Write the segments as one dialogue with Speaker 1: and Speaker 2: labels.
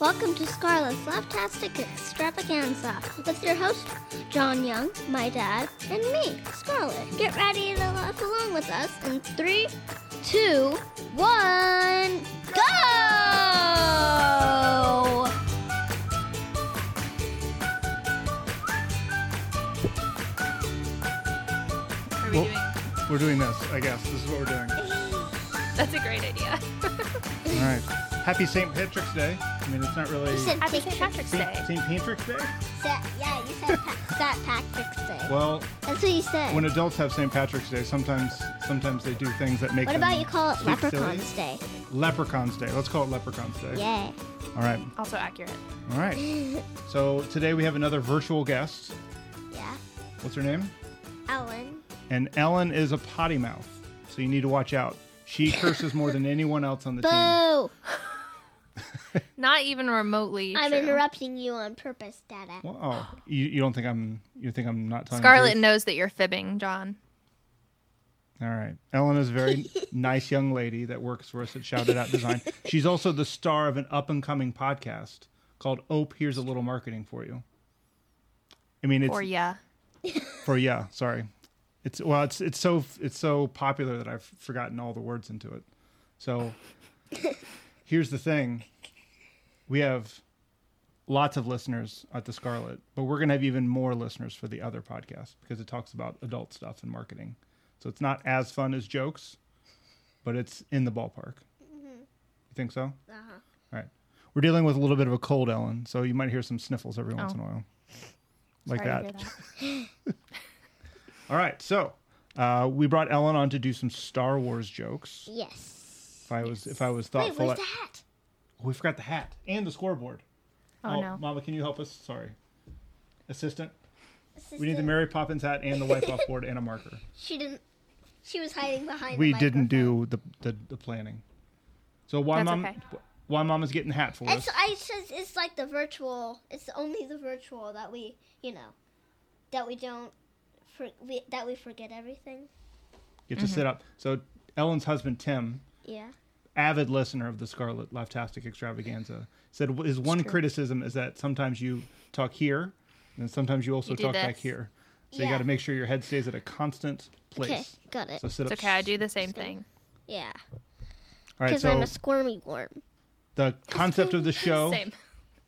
Speaker 1: Welcome to Scarlett's Loftastic Extravaganza with your host, John Young, my dad, and me, Scarlett. Get ready to laugh along with us in three, two, one, go!
Speaker 2: Are we
Speaker 3: Well-
Speaker 2: doing?
Speaker 3: We're doing this, I guess. This is what we're doing. All
Speaker 2: That's a great idea.
Speaker 3: right. Happy St. Patrick's Day. I mean, it's not really
Speaker 1: You
Speaker 3: St.
Speaker 1: said
Speaker 2: Happy
Speaker 1: St.
Speaker 2: St. Patrick's Day.
Speaker 3: St. Patrick's Day.
Speaker 1: Sa- yeah, you said pa- St. Patrick's Day.
Speaker 3: Well,
Speaker 1: That's what you said.
Speaker 3: when adults have St. Patrick's Day, sometimes sometimes they do things that make.
Speaker 1: What
Speaker 3: them
Speaker 1: about you call it
Speaker 3: sleep silly.
Speaker 1: Leprechaun's Day?
Speaker 3: Leprechauns Day. Let's call it Leprechauns Day.
Speaker 1: Yeah.
Speaker 3: All right.
Speaker 2: Also accurate.
Speaker 3: All right. So today we have another virtual guest.
Speaker 1: Yeah.
Speaker 3: What's her name?
Speaker 1: Ellen.
Speaker 3: And Ellen is a potty mouth, so you need to watch out. She curses more than anyone else on the team.
Speaker 1: Boo!
Speaker 2: Not even remotely.
Speaker 1: I'm
Speaker 2: true.
Speaker 1: interrupting you on purpose, Dada.
Speaker 3: Well, oh, you, you don't think I'm you think I'm not telling the
Speaker 2: Scarlett
Speaker 3: truth?
Speaker 2: knows that you're fibbing, John.
Speaker 3: All right. Ellen is a very nice young lady that works for us at Shout It Out Design. She's also the star of an up and coming podcast called Ope, Here's a Little Marketing for You. I mean, it's
Speaker 2: Or
Speaker 3: for,
Speaker 2: yeah.
Speaker 3: yeah, sorry. It's well, it's it's so it's so popular that I've forgotten all the words into it. So here's the thing. We have lots of listeners at the Scarlet, but we're going to have even more listeners for the other podcast because it talks about adult stuff and marketing. So it's not as fun as jokes, but it's in the ballpark.
Speaker 2: Mm-hmm.
Speaker 3: You think so? Uh-huh. right. We're dealing with a little bit of a cold, Ellen, so you might hear some sniffles every once
Speaker 2: Oh.
Speaker 3: in a while. Like
Speaker 2: Sorry to
Speaker 3: that.
Speaker 2: hear Oh,
Speaker 3: All right. So uh, we brought Ellen on to do some Star Wars jokes.
Speaker 1: Yes.
Speaker 3: If I was if I was
Speaker 1: Wait,
Speaker 3: thoughtful,
Speaker 1: where's the
Speaker 3: I-
Speaker 1: hat?
Speaker 3: we forgot the hat and the scoreboard.
Speaker 2: Oh, no.
Speaker 3: Mama, can you help us? Sorry. Assistant. We need the
Speaker 1: Assistant.
Speaker 3: Mary Poppins hat and the wipe off board and a marker.
Speaker 1: She didn't. She was hiding behind.
Speaker 3: We
Speaker 1: the
Speaker 3: didn't
Speaker 1: microphone.
Speaker 3: do the, the, the planning. So why
Speaker 2: That's
Speaker 3: mom
Speaker 2: okay.
Speaker 3: why mama's getting the hat for us?
Speaker 1: It's, I says it's like the virtual. It's only the virtual that we, you know, that we don't, for, we, that we forget everything.
Speaker 3: Get to
Speaker 1: Mm-hmm.
Speaker 3: sit up. So Ellen's husband Tim,
Speaker 1: Yeah.
Speaker 3: avid listener of the Scarlet Leftastic Extravaganza, said w- his one criticism is that sometimes you talk here, and sometimes you also
Speaker 2: You do
Speaker 3: talk back
Speaker 2: this.
Speaker 3: here. So you
Speaker 1: Yeah.
Speaker 3: got to make sure your head stays at a constant place.
Speaker 1: Okay, got it.
Speaker 3: So sit
Speaker 2: It's
Speaker 3: up.
Speaker 2: okay. I do the same thing.
Speaker 1: Yeah.
Speaker 3: All right.
Speaker 1: Because I'm
Speaker 3: So
Speaker 1: a squirmy worm.
Speaker 3: the concept of the show.
Speaker 2: Same.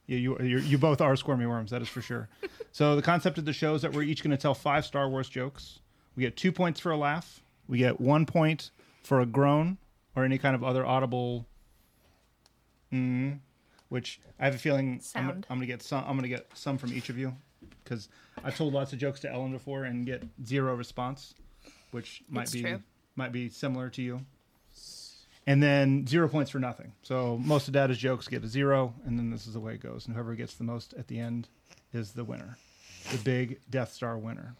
Speaker 3: Yeah, you you you both are squirmy worms. That is for sure. so the concept of the show is that we're each going to tell five Star Wars jokes. We get two points for a laugh. We get one point for a groan or any kind of other audible. Mm, which I have a feeling I'm, gonna-
Speaker 2: Sound.
Speaker 3: I'm gonna get some. I'm gonna get some from each of you because I've told lots of jokes to Ellen before and get zero response, which might
Speaker 2: It's
Speaker 3: be
Speaker 2: true.
Speaker 3: might be similar to you. And then zero points for nothing. So most of Dada's jokes get a zero, and then this is the way it goes. And whoever gets the most at the end is the winner, the big Death Star winner.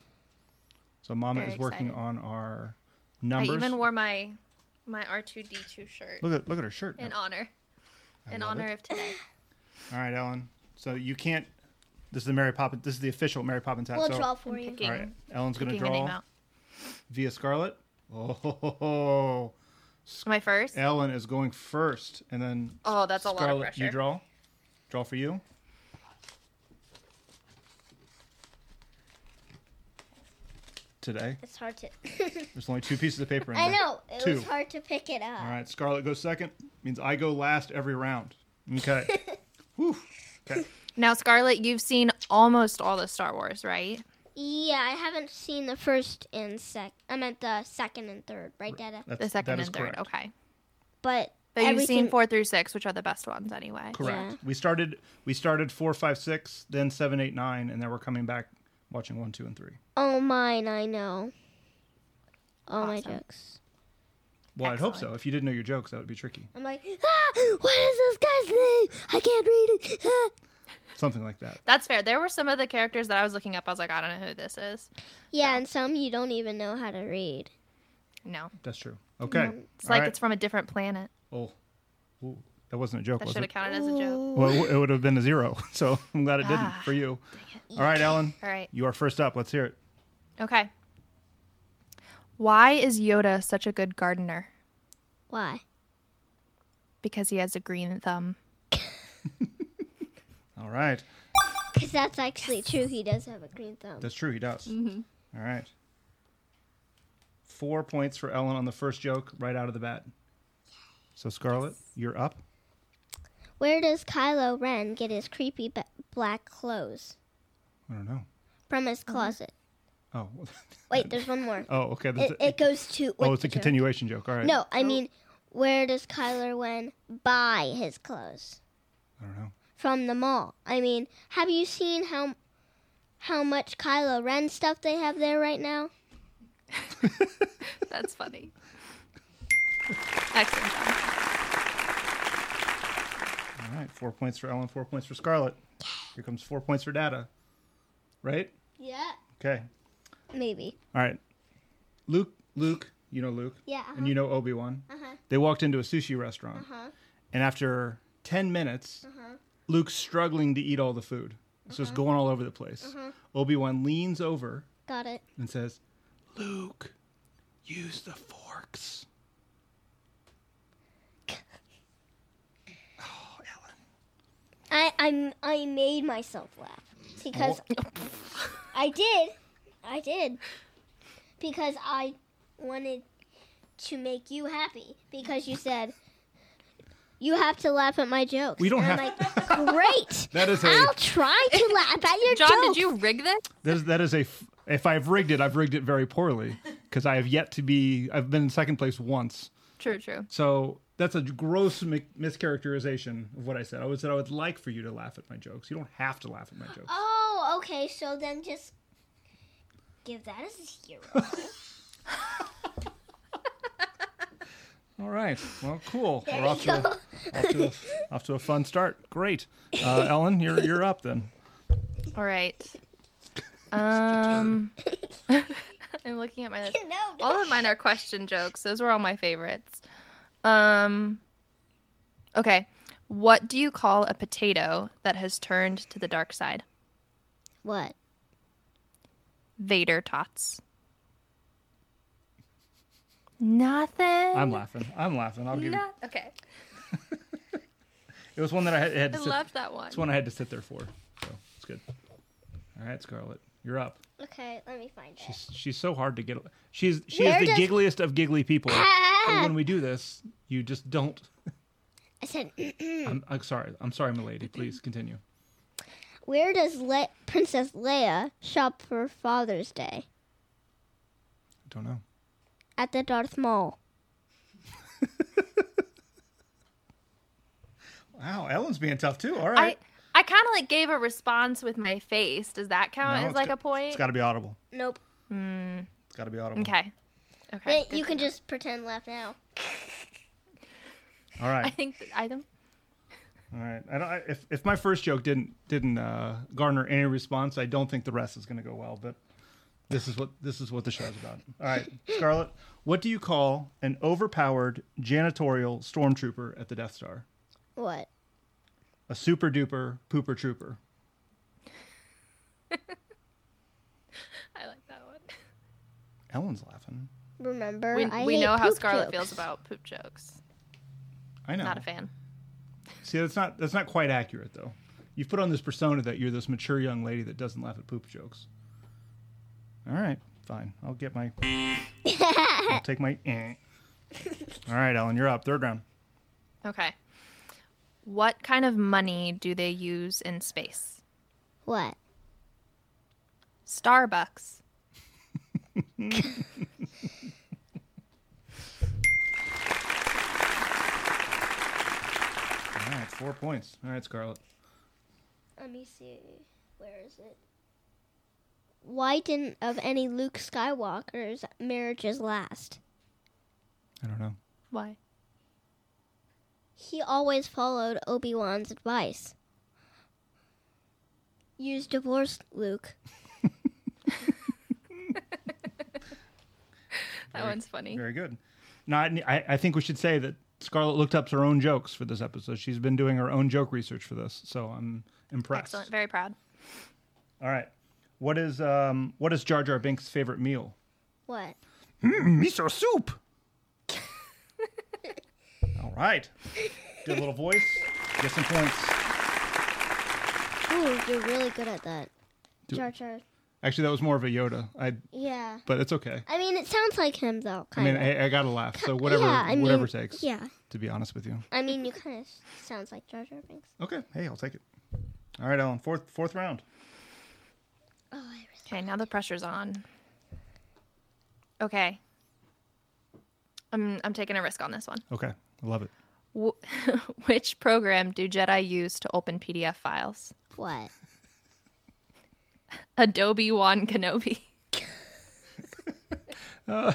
Speaker 3: So Mama
Speaker 2: Very
Speaker 3: is working
Speaker 2: excited.
Speaker 3: on our
Speaker 2: I
Speaker 3: numbers.
Speaker 2: even wore my my R2D2 shirt
Speaker 3: look at look at her shirt.
Speaker 2: in honor. In
Speaker 3: love
Speaker 2: honor
Speaker 3: it.
Speaker 2: of today.
Speaker 3: All right, Ellen. So you can't. This is the Mary Poppins. This is the official Mary Poppins hat.
Speaker 1: We'll
Speaker 3: so,
Speaker 1: draw for you.
Speaker 2: Picking,
Speaker 3: All right, Ellen's gonna
Speaker 2: picking a name
Speaker 3: draw
Speaker 2: out.
Speaker 3: via Scarlet. Oh, ho, ho, ho.
Speaker 2: Am I first?
Speaker 3: Ellen is going first, and then
Speaker 2: Oh, that's a lot of
Speaker 3: Scarlet,
Speaker 2: pressure.
Speaker 3: you draw. Draw for you. Today,
Speaker 1: It's hard to.
Speaker 3: there's only two pieces of paper in
Speaker 1: I
Speaker 3: there.
Speaker 1: know. It
Speaker 3: Two.
Speaker 1: was hard to pick it up.
Speaker 3: All right, Scarlet goes second. Means I go last every round. Okay. Whew. Okay.
Speaker 2: Now, Scarlett, you've seen almost all the Star Wars, right?
Speaker 1: Yeah, I haven't seen the first and sec. I meant the second and third, right, Dada?
Speaker 3: That's,
Speaker 2: The second
Speaker 3: that is
Speaker 2: and third.
Speaker 3: correct.
Speaker 2: Okay.
Speaker 1: But
Speaker 2: But you've
Speaker 1: everything-
Speaker 2: seen four through six, which are the best ones anyway.
Speaker 3: Correct.
Speaker 1: Yeah.
Speaker 3: We started. We started four, five, six, then seven, eight, nine, and then we're coming back watching one, two, and three.
Speaker 1: Oh, mine, I know. All my
Speaker 2: Awesome.
Speaker 1: jokes.
Speaker 3: Well, I'd hope so.
Speaker 2: Excellent.
Speaker 3: If you didn't know your jokes, that would be tricky.
Speaker 1: I'm like, ah, what is this guy's name? I can't read it. Ah.
Speaker 3: Something like that.
Speaker 2: That's fair. There were some of the characters that I was looking up. I was like, I don't know who this is.
Speaker 1: Yeah, and some you don't even know how to read.
Speaker 2: No.
Speaker 3: That's true. Okay.
Speaker 2: It's
Speaker 3: All
Speaker 2: like
Speaker 3: right.
Speaker 2: it's from a different planet.
Speaker 3: Oh, Ooh, that wasn't a joke,
Speaker 2: That
Speaker 3: was
Speaker 2: should
Speaker 3: it?
Speaker 2: have counted as a joke.
Speaker 3: Well, it w- it would have been a zero. So I'm glad it didn't
Speaker 2: Ah,
Speaker 3: for you. All right, Ellen.
Speaker 2: All right.
Speaker 3: You are first up. Let's hear it.
Speaker 2: Okay. Why is Yoda such a good gardener?
Speaker 1: Why?
Speaker 2: Because he has a green thumb.
Speaker 3: All right.
Speaker 1: Because that's actually true. He does have a green thumb.
Speaker 3: That's true. He does.
Speaker 2: Mm-hmm.
Speaker 3: All right. Four points for Ellen on the first joke right out of the bat. So, Scarlett, you're up.
Speaker 1: Where does Kylo Ren get his creepy b- black clothes?
Speaker 3: I don't know.
Speaker 1: From his closet.
Speaker 3: Oh,
Speaker 1: Wait, there's one more.
Speaker 3: Mm-hmm. oh, okay. That's
Speaker 1: It, it goes to.
Speaker 3: oh,
Speaker 1: with
Speaker 3: it's a
Speaker 1: the
Speaker 3: Oh.
Speaker 1: joke.
Speaker 3: continuation joke. All right.
Speaker 1: No, I mean, where does Kylo Ren buy his clothes?
Speaker 3: I don't know.
Speaker 1: From the mall. I mean, have you seen how how much Kylo Ren stuff they have there right now?
Speaker 2: That's funny. Excellent. John.
Speaker 3: All right. Four points for Ellen. Four points for Scarlett. Here comes four points for Data. Right.
Speaker 1: Yeah.
Speaker 3: Okay.
Speaker 1: Maybe.
Speaker 3: All right. Luke. Luke. You know Luke.
Speaker 1: Yeah.
Speaker 3: And you know Obi Wan.
Speaker 1: Uh-huh.
Speaker 3: They walked into a sushi restaurant,
Speaker 1: Uh-huh.
Speaker 3: and after ten minutes, Luke's struggling to eat all the food. It's just
Speaker 1: Uh-huh.
Speaker 3: going all over the place. Obi Wan leans over
Speaker 1: Got it.
Speaker 3: and says, "Luke, use the forks." oh, Ellen.
Speaker 1: I I I made myself laugh because
Speaker 3: Oh.
Speaker 1: I did. I did. Because I wanted to make you happy because you said you have to laugh at my jokes.
Speaker 3: We don't
Speaker 1: And I'm like,
Speaker 3: have-
Speaker 1: Great.
Speaker 3: That is a-
Speaker 1: I'll try to laugh at your
Speaker 2: John,
Speaker 1: jokes.
Speaker 2: did you rig this?
Speaker 3: That is, that is a. F- if I've rigged it, I've rigged it very poorly because I have yet to be. I've been in second place once.
Speaker 2: True, true.
Speaker 3: So that's a gross mi- mischaracterization of what I said. I would said I would like for you to laugh at my jokes. You don't have to laugh at my jokes.
Speaker 1: Oh, okay. So then just give that as a hero.
Speaker 3: All right. Well, cool.
Speaker 1: There
Speaker 3: We're off
Speaker 1: you
Speaker 3: to, a, off, to a, off to a fun start. Great, uh, Ellen, you're you're up then.
Speaker 2: All right. Um, I'm looking at my list.
Speaker 1: no, no.
Speaker 2: All of mine are question jokes. Those were all my favorites. Um, okay. What do you call a potato that has turned to the dark side?
Speaker 1: What?
Speaker 2: Vader tots. Nothing.
Speaker 3: I'm laughing. I'm laughing. I'll give you.
Speaker 2: Not- okay.
Speaker 3: It was one that I had, had
Speaker 2: I
Speaker 3: to. Sit,
Speaker 2: loved that one.
Speaker 3: it's one I had to sit there for. So it's good. All right, Scarlett, you're up.
Speaker 1: Okay, let me find it.
Speaker 3: She's, she's so hard to get. She's she
Speaker 1: Where
Speaker 3: is the
Speaker 1: does-
Speaker 3: giggliest of giggly people. But
Speaker 1: Ah!
Speaker 3: when we do this, you just don't.
Speaker 1: I said
Speaker 3: I'm, I'm sorry. I'm sorry, milady. Please continue.
Speaker 1: Where does Le- Princess Leia shop for Father's Day?
Speaker 3: I don't know.
Speaker 1: At the Darth Maul.
Speaker 3: Wow, Ellen's being tough too. All
Speaker 2: I I kind of like gave a response with my face. Does that count
Speaker 3: No,
Speaker 2: as
Speaker 3: it's
Speaker 2: like
Speaker 3: go-
Speaker 2: a point?
Speaker 3: It's got to be audible.
Speaker 1: Nope.
Speaker 3: It's got to be audible.
Speaker 2: okay. Okay.
Speaker 1: Wait, you can just pretend laugh now.
Speaker 3: All
Speaker 2: I
Speaker 3: right.
Speaker 2: think that I don't.
Speaker 3: All right. I don't, I, if if my first joke didn't didn't uh, garner any response, I don't think the rest is going to go well. But this is what this is what the show's about. All right, Scarlett. What do you call an overpowered janitorial stormtrooper at the Death Star?
Speaker 1: What?
Speaker 3: A super duper pooper trooper.
Speaker 2: I like that one.
Speaker 3: Ellen's laughing.
Speaker 1: Remember, I
Speaker 2: We, we
Speaker 1: hate
Speaker 2: know how
Speaker 1: poop
Speaker 2: Scarlett
Speaker 1: jokes.
Speaker 2: feels about poop jokes.
Speaker 3: I know.
Speaker 2: Not a fan.
Speaker 3: See, that's not that's not quite accurate though. You've put on this persona that you're this mature young lady that doesn't laugh at poop jokes. All right, fine. I'll get my. I'll take my. eh. All right, Ellen, you're up. Third round.
Speaker 2: Okay. What kind of money do they use in space?
Speaker 1: What?
Speaker 2: Starbucks.
Speaker 3: All right, four points. All right, Scarlett.
Speaker 1: Let me see. Where is it? Why didn't of any Luke Skywalker's marriages last?
Speaker 3: I don't know.
Speaker 2: Why?
Speaker 1: He always followed Obi Wan's advice. Use divorce, Luke.
Speaker 2: That one's funny.
Speaker 3: Very good. No, I, I I think we should say that Scarlett looked up her own jokes for this episode. She's been doing her own joke research for this, so I'm impressed.
Speaker 2: Excellent. Very proud.
Speaker 3: All right. What is um what is Jar Jar Binks' favorite meal?
Speaker 1: What?
Speaker 3: miso soup. All right. Did a little voice. Get some points.
Speaker 1: Ooh, you're really good at that.
Speaker 3: Do-
Speaker 1: Jar Jar.
Speaker 3: Actually, that was more of a Yoda. I,
Speaker 1: Yeah.
Speaker 3: but it's okay.
Speaker 1: I mean, it sounds like him though.
Speaker 3: I
Speaker 1: Kind
Speaker 3: mean,
Speaker 1: of.
Speaker 3: I, I gotta laugh. So whatever,
Speaker 1: yeah, I mean,
Speaker 3: whatever takes.
Speaker 1: Yeah.
Speaker 3: To be honest with you.
Speaker 1: I mean, you kind of sounds like Jar Jar Binks.
Speaker 3: Okay. Hey, I'll take it. All right, Ellen. Fourth, fourth round.
Speaker 1: Oh, I really.
Speaker 2: Okay, now the pressure's on. Okay. I'm I'm taking a risk on this one.
Speaker 3: Okay, I love it.
Speaker 2: Wh- which program do Jedi use to open PDF files?
Speaker 1: What?
Speaker 2: Adobe One Kenobi.
Speaker 3: I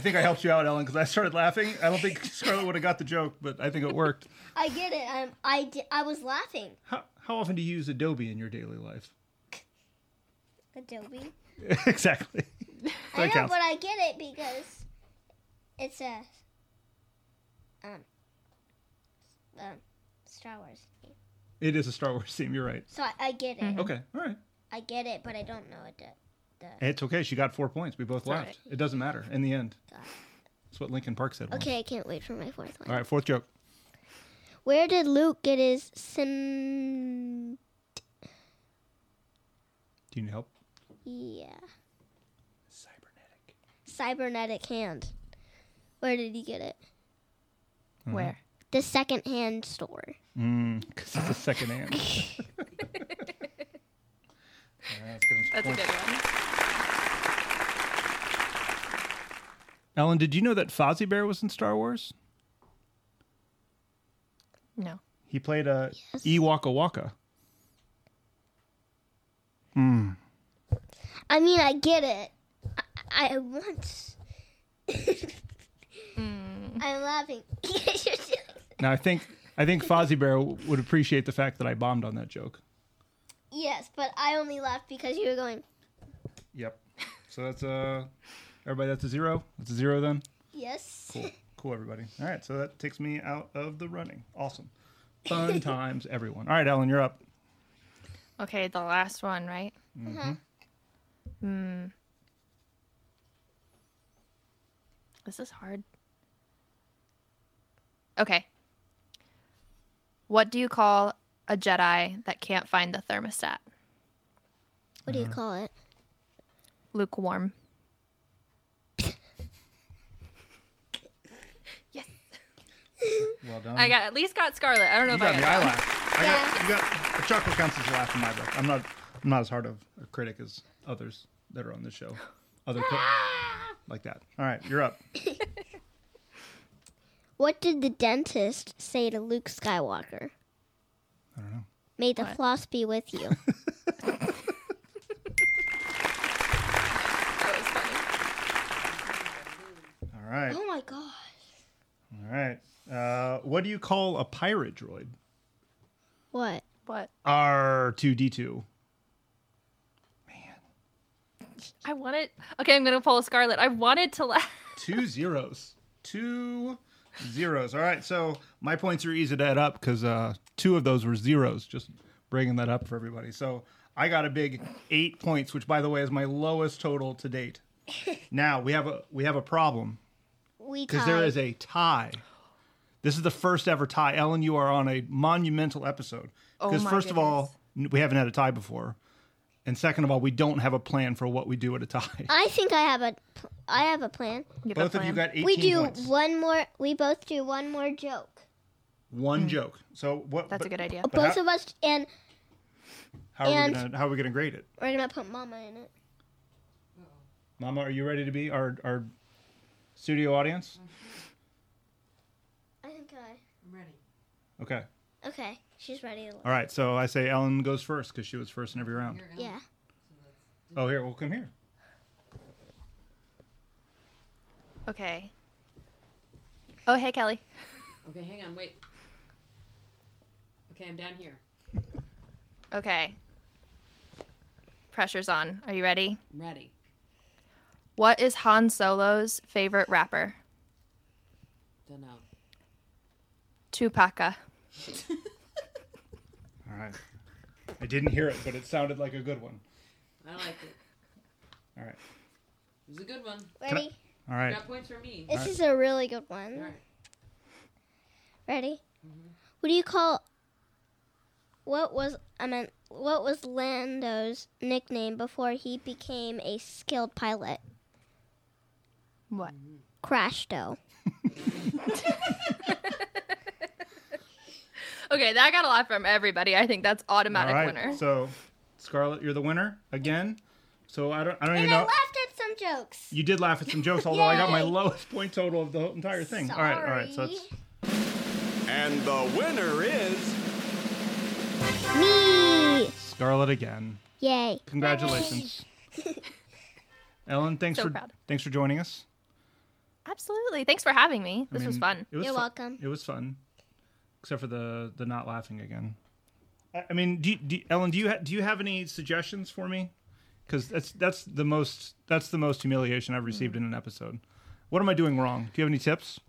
Speaker 3: think I helped you out, Ellen, because I started laughing. I don't think Scarlett would have got the joke, but I think it worked.
Speaker 1: I get it. I'm, I, di- I was laughing.
Speaker 3: How, how often do you use Adobe in your daily life?
Speaker 1: Adobe.
Speaker 3: exactly.
Speaker 1: I know,
Speaker 3: That counts.
Speaker 1: but I get it because it's a um, um Star Wars game.
Speaker 3: It is a Star Wars theme. You're right.
Speaker 1: So I, I get it.
Speaker 3: Okay. All right.
Speaker 1: I get it, but I don't know it. The,
Speaker 3: It's okay. She got four points. We both
Speaker 2: all
Speaker 3: laughed. It doesn't matter in the end.
Speaker 1: Got it.
Speaker 3: That's what Lincoln Park said.
Speaker 1: the...
Speaker 3: once.
Speaker 1: Okay, I can't wait for my fourth one.
Speaker 3: All right. Fourth joke.
Speaker 1: Where did Luke get his sim?
Speaker 3: Do you need help?
Speaker 1: Yeah,
Speaker 3: Cybernetic.
Speaker 1: cybernetic hand. Where did he get it?
Speaker 3: Mm-hmm.
Speaker 2: Where?
Speaker 1: The second hand store.
Speaker 3: Because Hmm, it's a second hand. All right, let's give him some
Speaker 2: That's a
Speaker 3: points.
Speaker 2: good one.
Speaker 3: Ellen, did you know that Fozzie Bear was in Star Wars?
Speaker 2: No.
Speaker 3: He played a
Speaker 1: Yes.
Speaker 3: E Waka Waka.
Speaker 1: I mean, I get it. I, I once. Hmm. I'm laughing.
Speaker 3: Now I think I think Fozzie Bear w- would appreciate the fact that I bombed on that joke.
Speaker 1: yes, but I only laughed because you were going.
Speaker 3: Yep. So that's uh everybody that's a zero. That's a zero then.
Speaker 1: Yes.
Speaker 3: Cool. Cool everybody. All right, so that takes me out of the running. Awesome. Fun times everyone. All right, Ellen, you're up.
Speaker 2: Okay, the last one, right?
Speaker 3: Mm-hmm.
Speaker 2: Hmm.
Speaker 1: Uh-huh.
Speaker 2: This is hard. Okay. What do you call a Jedi that can't find the thermostat?
Speaker 1: What
Speaker 3: Mm-hmm.
Speaker 1: do you call it?
Speaker 2: Lukewarm.
Speaker 3: Well done.
Speaker 2: I got at least got Scarlet. I don't know if
Speaker 3: you got
Speaker 2: I
Speaker 3: me.
Speaker 2: got
Speaker 3: I laugh. I got you got a chocolate counts as a laugh in my book. I'm not I'm not as hard of a critic as others that are on this show. Other co-
Speaker 1: Ah!
Speaker 3: like that. All right, you're up.
Speaker 1: What did the dentist say to Luke Skywalker?
Speaker 3: I don't know.
Speaker 1: May the floss be with you.
Speaker 2: that was funny.
Speaker 3: All right.
Speaker 1: oh my gosh.
Speaker 3: All right. Uh, what do you call a pirate droid?
Speaker 1: What?
Speaker 2: What?
Speaker 3: R2D2.
Speaker 2: I wanted. Okay, I'm gonna pull a Scarlet. I wanted to laugh.
Speaker 3: Two zeros. Two zeros. All right. So my points are easy to add up because uh, two of those were zeros. Just bringing that up for everybody. So I got a big eight points, which, by the way, is my lowest total to date. now we have a we have a problem
Speaker 1: We
Speaker 3: because
Speaker 1: tied.
Speaker 3: there is a tie. This is the first ever tie. Ellen, you are on a monumental episode. Because
Speaker 2: my
Speaker 3: first of all, n- we haven't had a tie before, and second of all, we don't have a plan for what we do at a tie.
Speaker 1: I think I have a. pl- I have a plan.
Speaker 2: You got
Speaker 3: Both of you
Speaker 2: plan.
Speaker 3: got eighteen
Speaker 1: We do
Speaker 3: points.
Speaker 1: one more. We both do one more joke.
Speaker 3: One joke. So what?
Speaker 2: That's
Speaker 3: but
Speaker 2: a good idea.
Speaker 3: But
Speaker 1: Both
Speaker 3: how-
Speaker 1: of us, and
Speaker 3: How are, we
Speaker 1: and-
Speaker 3: gonna, how are we gonna grade it?
Speaker 1: we're gonna put Mama in it.
Speaker 3: Mama, are you ready to be our our studio audience?
Speaker 1: I think I.
Speaker 4: I'm ready.
Speaker 3: Okay.
Speaker 1: Okay, she's ready to.
Speaker 3: All right. So I say Ellen goes first because she was first in every round.
Speaker 4: Here, Ellen.
Speaker 1: Yeah.
Speaker 3: Oh, here. Well, come here.
Speaker 2: Okay. Oh, hey, Kelly.
Speaker 4: Okay, hang on, wait. Okay, I'm down here.
Speaker 2: Okay. Pressure's on. Are you ready?
Speaker 4: I'm ready.
Speaker 2: What is Han Solo's favorite rapper?
Speaker 4: Don't know.
Speaker 2: Tupaca.
Speaker 3: All right. I didn't hear it, but it sounded like a good one.
Speaker 4: I liked it.
Speaker 3: All right.
Speaker 4: It was a good one.
Speaker 3: I-
Speaker 1: Ready?
Speaker 3: All right.
Speaker 4: Got points for me.
Speaker 1: This is a really good one.
Speaker 4: All right.
Speaker 3: Mm-hmm.
Speaker 1: Ready? What do you call? What was I meant? what was Lando's nickname before he became a skilled pilot?
Speaker 2: What?
Speaker 1: Crashdo.
Speaker 2: Okay, that got a lot from everybody. I think that's automatic winner.
Speaker 3: So, Scarlett, you're the winner again. So I don't, I don't
Speaker 1: And
Speaker 3: even
Speaker 1: I
Speaker 3: know.
Speaker 1: laughed at some jokes.
Speaker 3: You did laugh at some jokes, although I got my
Speaker 1: Yay.
Speaker 3: lowest point total of the whole entire thing. All right, all right. So
Speaker 1: Sorry.
Speaker 3: it's
Speaker 5: And the winner is
Speaker 1: Me!
Speaker 3: Scarlett again.
Speaker 1: Yay.
Speaker 3: Congratulations, Ellen. Thanks
Speaker 2: So
Speaker 3: for
Speaker 2: proud.
Speaker 3: thanks for joining us.
Speaker 2: Absolutely. Thanks for having me.
Speaker 3: I
Speaker 2: This was
Speaker 3: mean,
Speaker 2: fun.
Speaker 3: It was
Speaker 1: You're
Speaker 3: fu-
Speaker 1: welcome.
Speaker 3: It was fun, except for the the not laughing again. I, I mean, do, you, do you- Ellen, do you ha- do you have any suggestions for me? Because that's that's the most that's the most humiliation I've received in an episode. What am I doing wrong? Do you have any tips?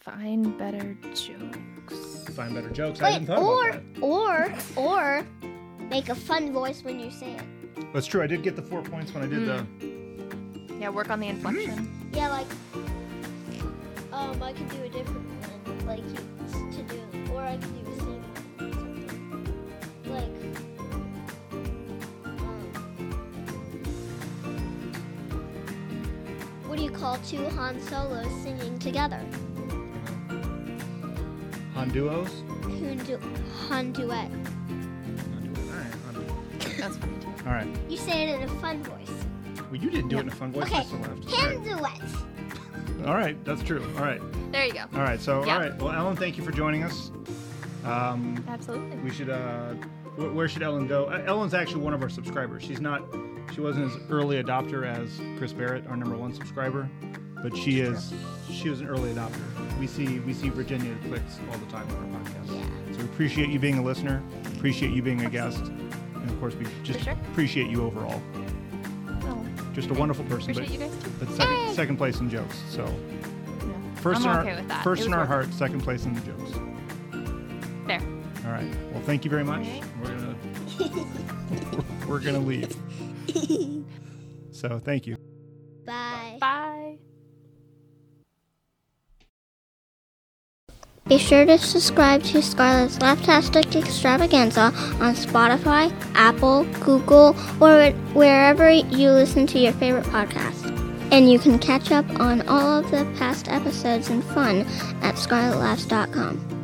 Speaker 2: Find better jokes.
Speaker 3: Find better jokes. I hadn't
Speaker 1: Wait,
Speaker 3: thought
Speaker 1: or,
Speaker 3: about
Speaker 1: or, or make a fun voice when you say it.
Speaker 3: that. That's true. I did get the four points when I did the.
Speaker 2: Yeah, work on the inflection.
Speaker 1: Yeah, like, um, I could do a different one, like you to do, or I could do a singing one or something. Like, um, what do you call two Han Solos singing together?
Speaker 3: Han duos.
Speaker 1: Hoon du- Han duet.
Speaker 3: All right, Han-
Speaker 2: That's funny too.
Speaker 3: All right.
Speaker 1: You say it in a fun voice.
Speaker 3: Well, you didn't do it in a fun voice. I
Speaker 1: Okay,
Speaker 3: still laughed.
Speaker 1: Han duet.
Speaker 3: All right, that's true. All right,
Speaker 2: There you go.
Speaker 3: all right. So,
Speaker 2: Yeah.
Speaker 3: all right. Well, Ellen, thank you for joining us. Um,
Speaker 2: Absolutely.
Speaker 3: We should. Uh, wh- where should Ellen go? Uh, Ellen's actually one of our subscribers. She's not. She wasn't as early adopter as Chris Barrett, our number one subscriber, but she is. She was an early adopter. We see we see Virginia clicks all the time on our podcast. So we appreciate you being a listener. Appreciate you being a guest, and of course we just
Speaker 2: sure.
Speaker 3: appreciate you overall.
Speaker 2: Oh,
Speaker 3: Just a wonderful person.
Speaker 2: appreciate you
Speaker 3: but,
Speaker 2: guys too.
Speaker 3: but second, second place in jokes. So
Speaker 2: Yeah. I'm
Speaker 3: 1st in our
Speaker 2: okay with that.
Speaker 3: first
Speaker 2: It
Speaker 3: in
Speaker 2: was
Speaker 3: our
Speaker 2: worth
Speaker 3: hearts, second place in the jokes.
Speaker 2: it. There.
Speaker 3: All right. Well, thank you very much.
Speaker 2: right.
Speaker 3: We're gonna we're gonna leave. So thank you.
Speaker 1: Bye.
Speaker 2: Bye.
Speaker 1: Be sure to subscribe to Scarlett's Laptastic Extravaganza on Spotify, Apple, Google, or wherever you listen to your favorite podcast. And you can catch up on all of the past episodes and fun at scarlettlaughs.com.